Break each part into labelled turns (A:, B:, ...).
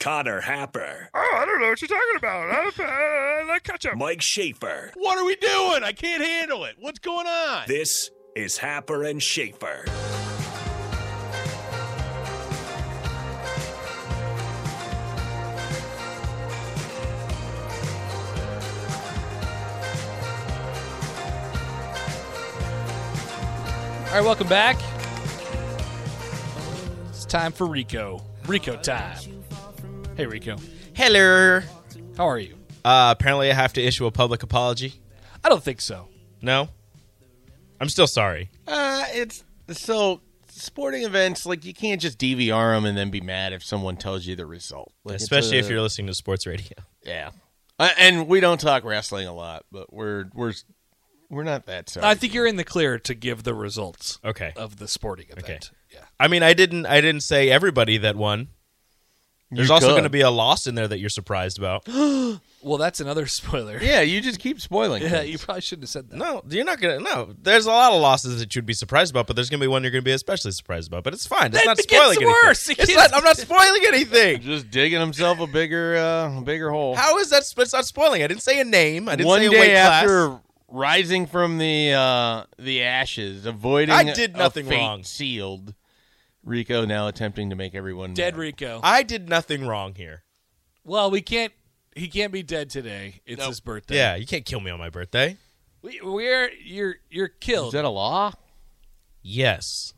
A: Connor Happer,
B: Oh, I don't know what you're talking about. I, uh, I, I like ketchup.
A: Mike Schaefer.
C: What are we doing? I can't handle it. What's going on?
A: This is Happer and Schaefer.
D: All right, welcome back. It's time for Rico. Rico time. Hey, Rico.
E: Hello.
D: How are you?
E: Uh, apparently, I have to issue a public apology.
D: I don't think so.
E: No, I'm still sorry.
C: Uh, it's so sporting events like you can't just DVR them and then be mad if someone tells you the result. Like, it's
E: Especially if
C: a-
E: you're listening to sports radio.
C: yeah. Uh, and we don't talk wrestling a lot, but we're we're we're not that sorry.
D: I think you're in the clear to give the results
E: Okay.
D: of the sporting event.
E: Okay.
D: Yeah.
E: I mean, I didn't. I didn't say everybody that won. There's also
C: could.
E: going to be a loss in there that you're surprised about.
D: Well, that's another spoiler.
C: yeah. You just keep spoiling.
D: Yeah,
C: things.
D: you probably shouldn't have said that.
E: No, you're not gonna. No, there's a lot of losses that you'd be surprised about, but there's gonna be one you're gonna be especially surprised about. But it's fine. It's
D: That
E: not
D: gets
E: spoiling anything.
D: worse. It
E: It's
D: gets-
E: not- I'm not spoiling anything.
C: just digging himself a bigger uh, a bigger hole.
E: How is that? sp- It's not spoiling. I didn't say a name. I didn't
C: One
E: say a weight
C: day
E: class.
C: after rising from the uh, the ashes, avoiding
E: I did
C: a
E: nothing
C: fate
E: wrong.
C: Sealed. Rico now attempting to make everyone
D: Dead
C: mad.
D: Rico.
E: I did nothing wrong here.
D: well, we can't. He can't be dead today. It's his birthday.
E: Yeah, you can't kill me on my birthday.
D: we, we're you're you're
C: Is
D: killed.
C: that a law?
E: Yes.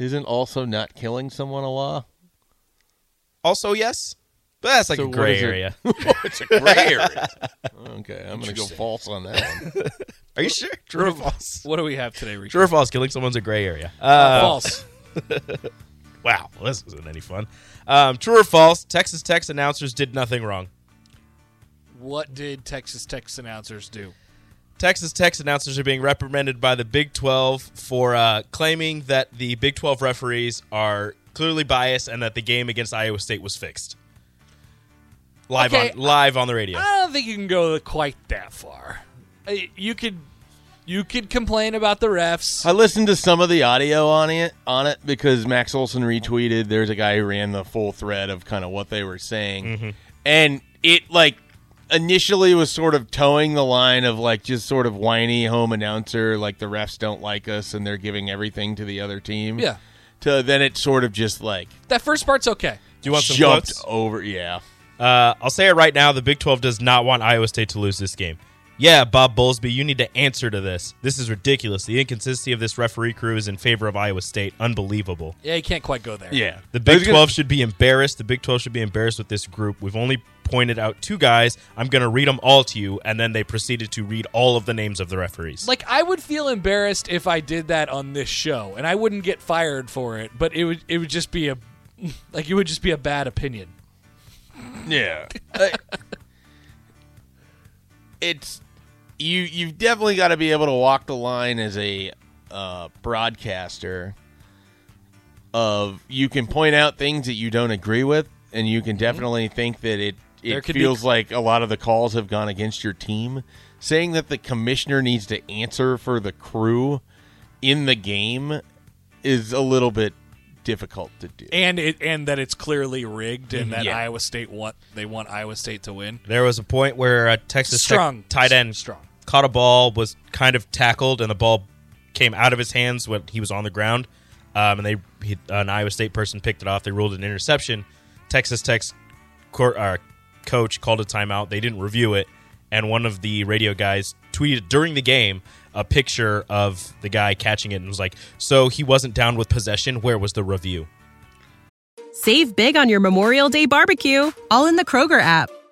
C: Isn't also not killing someone a law?
E: Also, yes. But that's like
C: So
E: a
C: what
E: gray
C: is it?
E: area.
C: It's a gray area. okay, I'm going to go false on that one.
E: Are you sure? True or false?
D: what do we have today, Rico?
E: True or false? Killing someone's a gray area.
D: Uh,
E: Uh,
D: False.
E: Wow, this wasn't any fun. Um, true or false? Texas Tech's announcers did nothing wrong.
D: What did Texas Tech's announcers do?
E: Texas Tech's announcers are being reprimanded by the Big 12 for uh, claiming that the Big 12 referees are clearly biased and that the game against Iowa State was fixed. Live
D: Okay, uh,
E: on live on the radio.
D: I don't think you can go quite that far. Uh, You could you could complain about the refs.
C: I listened to some of the audio on it on it because Max Olson retweeted. There's a guy who ran the full thread of kind of what they were saying, and it like initially was sort of towing the line of like just sort of whiny home announcer, like the refs don't like us and they're giving everything to the other team.
D: Yeah.
C: To then it sort of just like
D: That first part's okay.
E: Do you want some
C: jumped
E: quotes?
C: over. Yeah.
E: Uh, I'll say it right now. The Big 12 does not want Iowa State to lose this game. Yeah, Bob Bowlesby, you need to answer to this. This is ridiculous. The inconsistency of this referee crew is in favor of Iowa State. Unbelievable.
D: Yeah, you can't quite go there.
C: Yeah.
E: The
C: I was
E: Big
C: gonna-
E: 12 should be embarrassed. The Big 12 should be embarrassed with this group. We've only pointed out two guys. I'm going to read them all to you. And then they proceeded to read all of the names of the referees.
D: Like I would feel embarrassed if I did that on this show, and I wouldn't get fired for it. But it would it would just be a like it would just be a bad opinion.
C: Yeah. it's you you've definitely got to be able to walk the line as a uh, broadcaster of you can point out things that you don't agree with and you can definitely think that it
D: Mm-hmm. There
C: it
D: could be-
C: feels like a lot of the calls have gone against your team saying that the commissioner needs to answer for the crew in the game is a little bit difficult to do.
D: And it and that it's clearly rigged, and that
E: Yeah.
D: Iowa State want they want Iowa State to win.
E: there was a point where a Texas Tech
D: Strong.
E: tight end
D: Strong.
E: caught a ball, was kind of tackled, and the ball came out of his hands when he was on the ground. Um, and they he, an Iowa State person picked it off. They ruled it an interception. Texas Tech's court, uh, coach called a timeout. They didn't review it, and one of the radio guys tweeted during the game a picture of the guy catching it and was like, "So he wasn't down with possession. Where was the review?"
F: Save big on your Memorial Day barbecue, all in the Kroger app.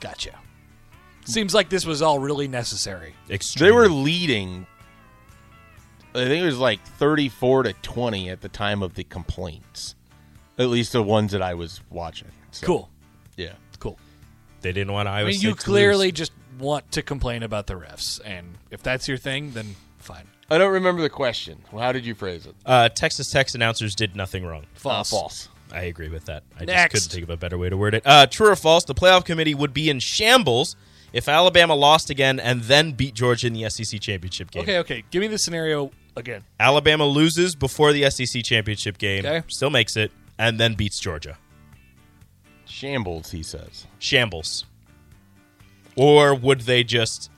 D: Gotcha. Seems like this was all really necessary.
E: Extremely.
C: They were leading. I think it was like thirty-four to twenty at the time of the complaints, at least the ones that I was watching. So,
D: Cool.
C: Yeah.
D: Cool.
E: They didn't want Iowa
D: I mean,
E: State
D: you
E: to
D: clearly
E: lose.
D: just want to complain about the refs, and if that's your thing, then fine.
C: I don't remember the question. Well, how did you phrase it?
E: Uh, Texas Tech's announcers did nothing wrong.
D: False.
C: Uh, false.
E: I agree with that. I just
D: Next.
E: couldn't think of a better way to word it. Uh, true or false? The playoff committee would be in shambles if Alabama lost again and then beat Georgia in the SEC championship game.
D: Okay, okay. Give me the scenario again.
E: Alabama loses before the SEC championship game,
D: Okay.
E: still makes it, and then beats Georgia.
C: Shambles, he says.
E: Shambles. Or would they just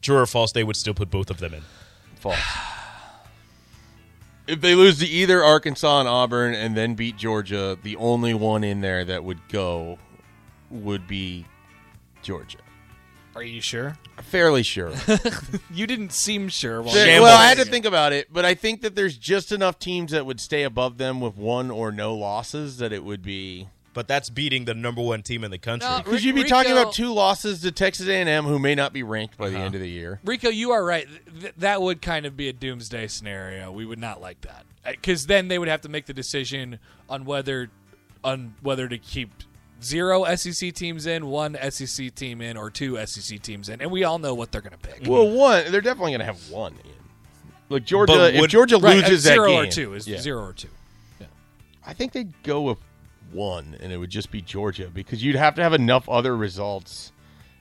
E: true or false? They would still put both of them in.
C: False. if they lose to either Arkansas and Auburn and then beat Georgia, the only one in there that would go would be Georgia.
D: Are you sure?
C: Fairly sure.
D: You didn't seem sure. While
E: Shambles.
C: Well, I had to think about it, but I think that there's just enough teams that would stay above them with one or no losses that it would be.
E: But that's beating the number one team in the country.
D: No.
C: Because you'd be
D: Rico-
C: talking about two losses to Texas A&M, who may not be ranked by the
E: Uh-huh.
C: end of the year.
D: Rico, you are right. Th- that would kind of be a doomsday scenario. We would not like that because then they would have to make the decision on whether on whether to keep zero SEC teams in, one SEC team in, or two SEC teams in, and we all know what they're going to pick.
C: Well, one, they're definitely going to have one in. Like Georgia,
E: But
C: if
E: would-
C: Georgia
D: right, uh,
C: loses that
D: zero
C: game,
D: or two is
C: yeah.
D: zero or two.
C: I think they'd go with one, and it would just be Georgia because you'd have to have enough other results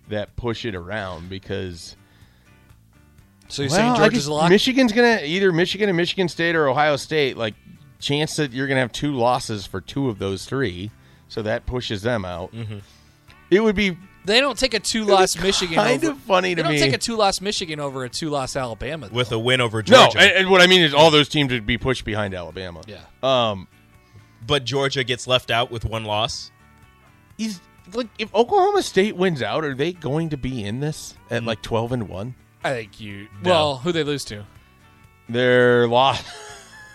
C: that push it around because.
D: So you're
C: Well,
D: saying
C: I
D: Georgia's
C: just-
D: a lock?
C: Michigan's gonna either Michigan and Michigan State or Ohio State. Like chance that you're gonna have two losses for two of those three, so that pushes them out.
D: Mm-hmm.
C: It would be
D: They don't take a two-loss Michigan.
C: kind
D: over,
C: of funny
D: They
C: to
D: don't
C: me.
D: take a two-loss Michigan over a two-loss Alabama. though.
E: with a win over
C: no,
E: Georgia,
C: and, and what I mean is all those teams would be pushed behind Alabama.
D: yeah.
C: Um,
E: but Georgia gets left out with one loss.
C: is like if Oklahoma State wins out, are they going to be in this
D: Mm-hmm.
C: at like twelve and one?
D: I think you. Well, who they lose to?
C: Their loss,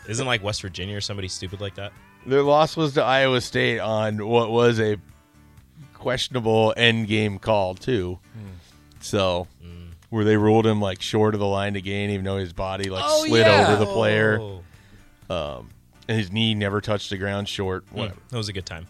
E: Isn't like West Virginia or somebody stupid like that?
C: their loss was to Iowa State on what was a questionable end game call too.
D: Hmm.
C: So, where they ruled him like short of the line to gain, even though his body like
D: Oh,
C: slid
D: yeah.
C: over the player Um,
E: Oh.
C: and his knee never touched the ground. Short,
D: Hmm.
C: whatever.
E: That was a good time.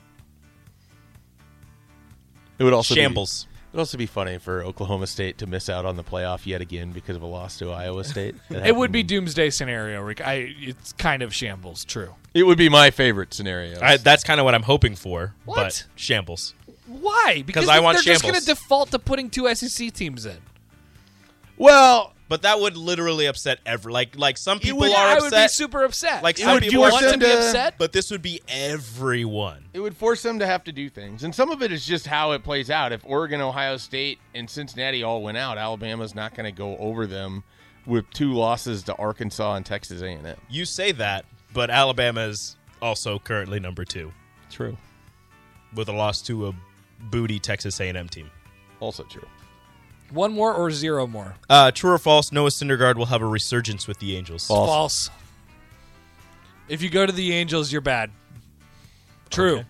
C: It would also be-
E: Shambles.
C: it'd also be funny for Oklahoma State to miss out on the playoff yet again because of a loss to Iowa State. That
D: It would be
C: happened-
D: doomsday scenario, Rick. I. It's kind of shambles. True.
C: It would be my favorite scenario.
E: I, that's kind of what I'm hoping for.
D: What?
E: But shambles.
D: Why? Because
E: I want
D: they're just going
E: shambles.
D: to default to putting two SEC teams in.
C: well,
E: But that would literally upset every like like some people
C: would-
E: are
D: I would be
E: upset.
D: super upset.
E: Like,
D: It
E: some
D: would
E: people
D: you
E: are
D: want to be
C: upset.
D: upset?
E: but this would be everyone.
C: it would force them to have to do things, and some of it is just how it plays out. If Oregon, Ohio State, and Cincinnati all went out, Alabama's not going to go over them with two losses to Arkansas and Texas A&M.
E: You say that, but Alabama's also currently number two
C: True.
E: with a loss to a booty Texas A&M team.
C: Also true.
D: One more or zero more?
E: Uh, true or false? Noah Syndergaard will have a resurgence with the Angels.
C: False.
D: False. If you go to the Angels, you're bad. True.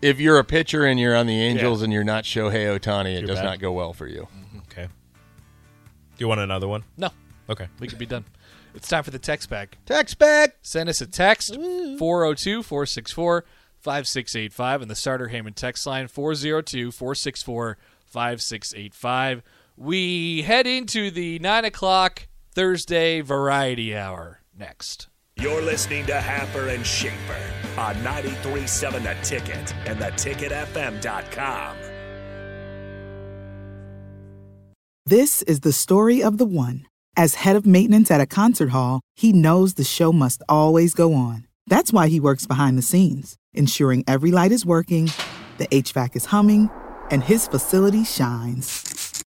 C: If you're a pitcher and you're on the Angels and you're not Shohei Otani, it
E: You're
C: does
E: bad.
C: not go well for you.
E: Okay. Do you want another one?
D: No,
E: Okay.
D: we could be done. It's time for the text back.
C: Text back. Mm.
D: Send us a text 402 464 5685 and the starter Heyman text line 402 464 5685. We head into the 9 o'clock Thursday variety hour next.
A: You're listening to Happer and Schaefer on 93.7 The Ticket and theticketfm.com.
G: This is the story of the one. As head of maintenance at a concert hall, he knows the show must always go on. That's why he works behind the scenes, ensuring every light is working, the HVAC is humming, and his facility shines.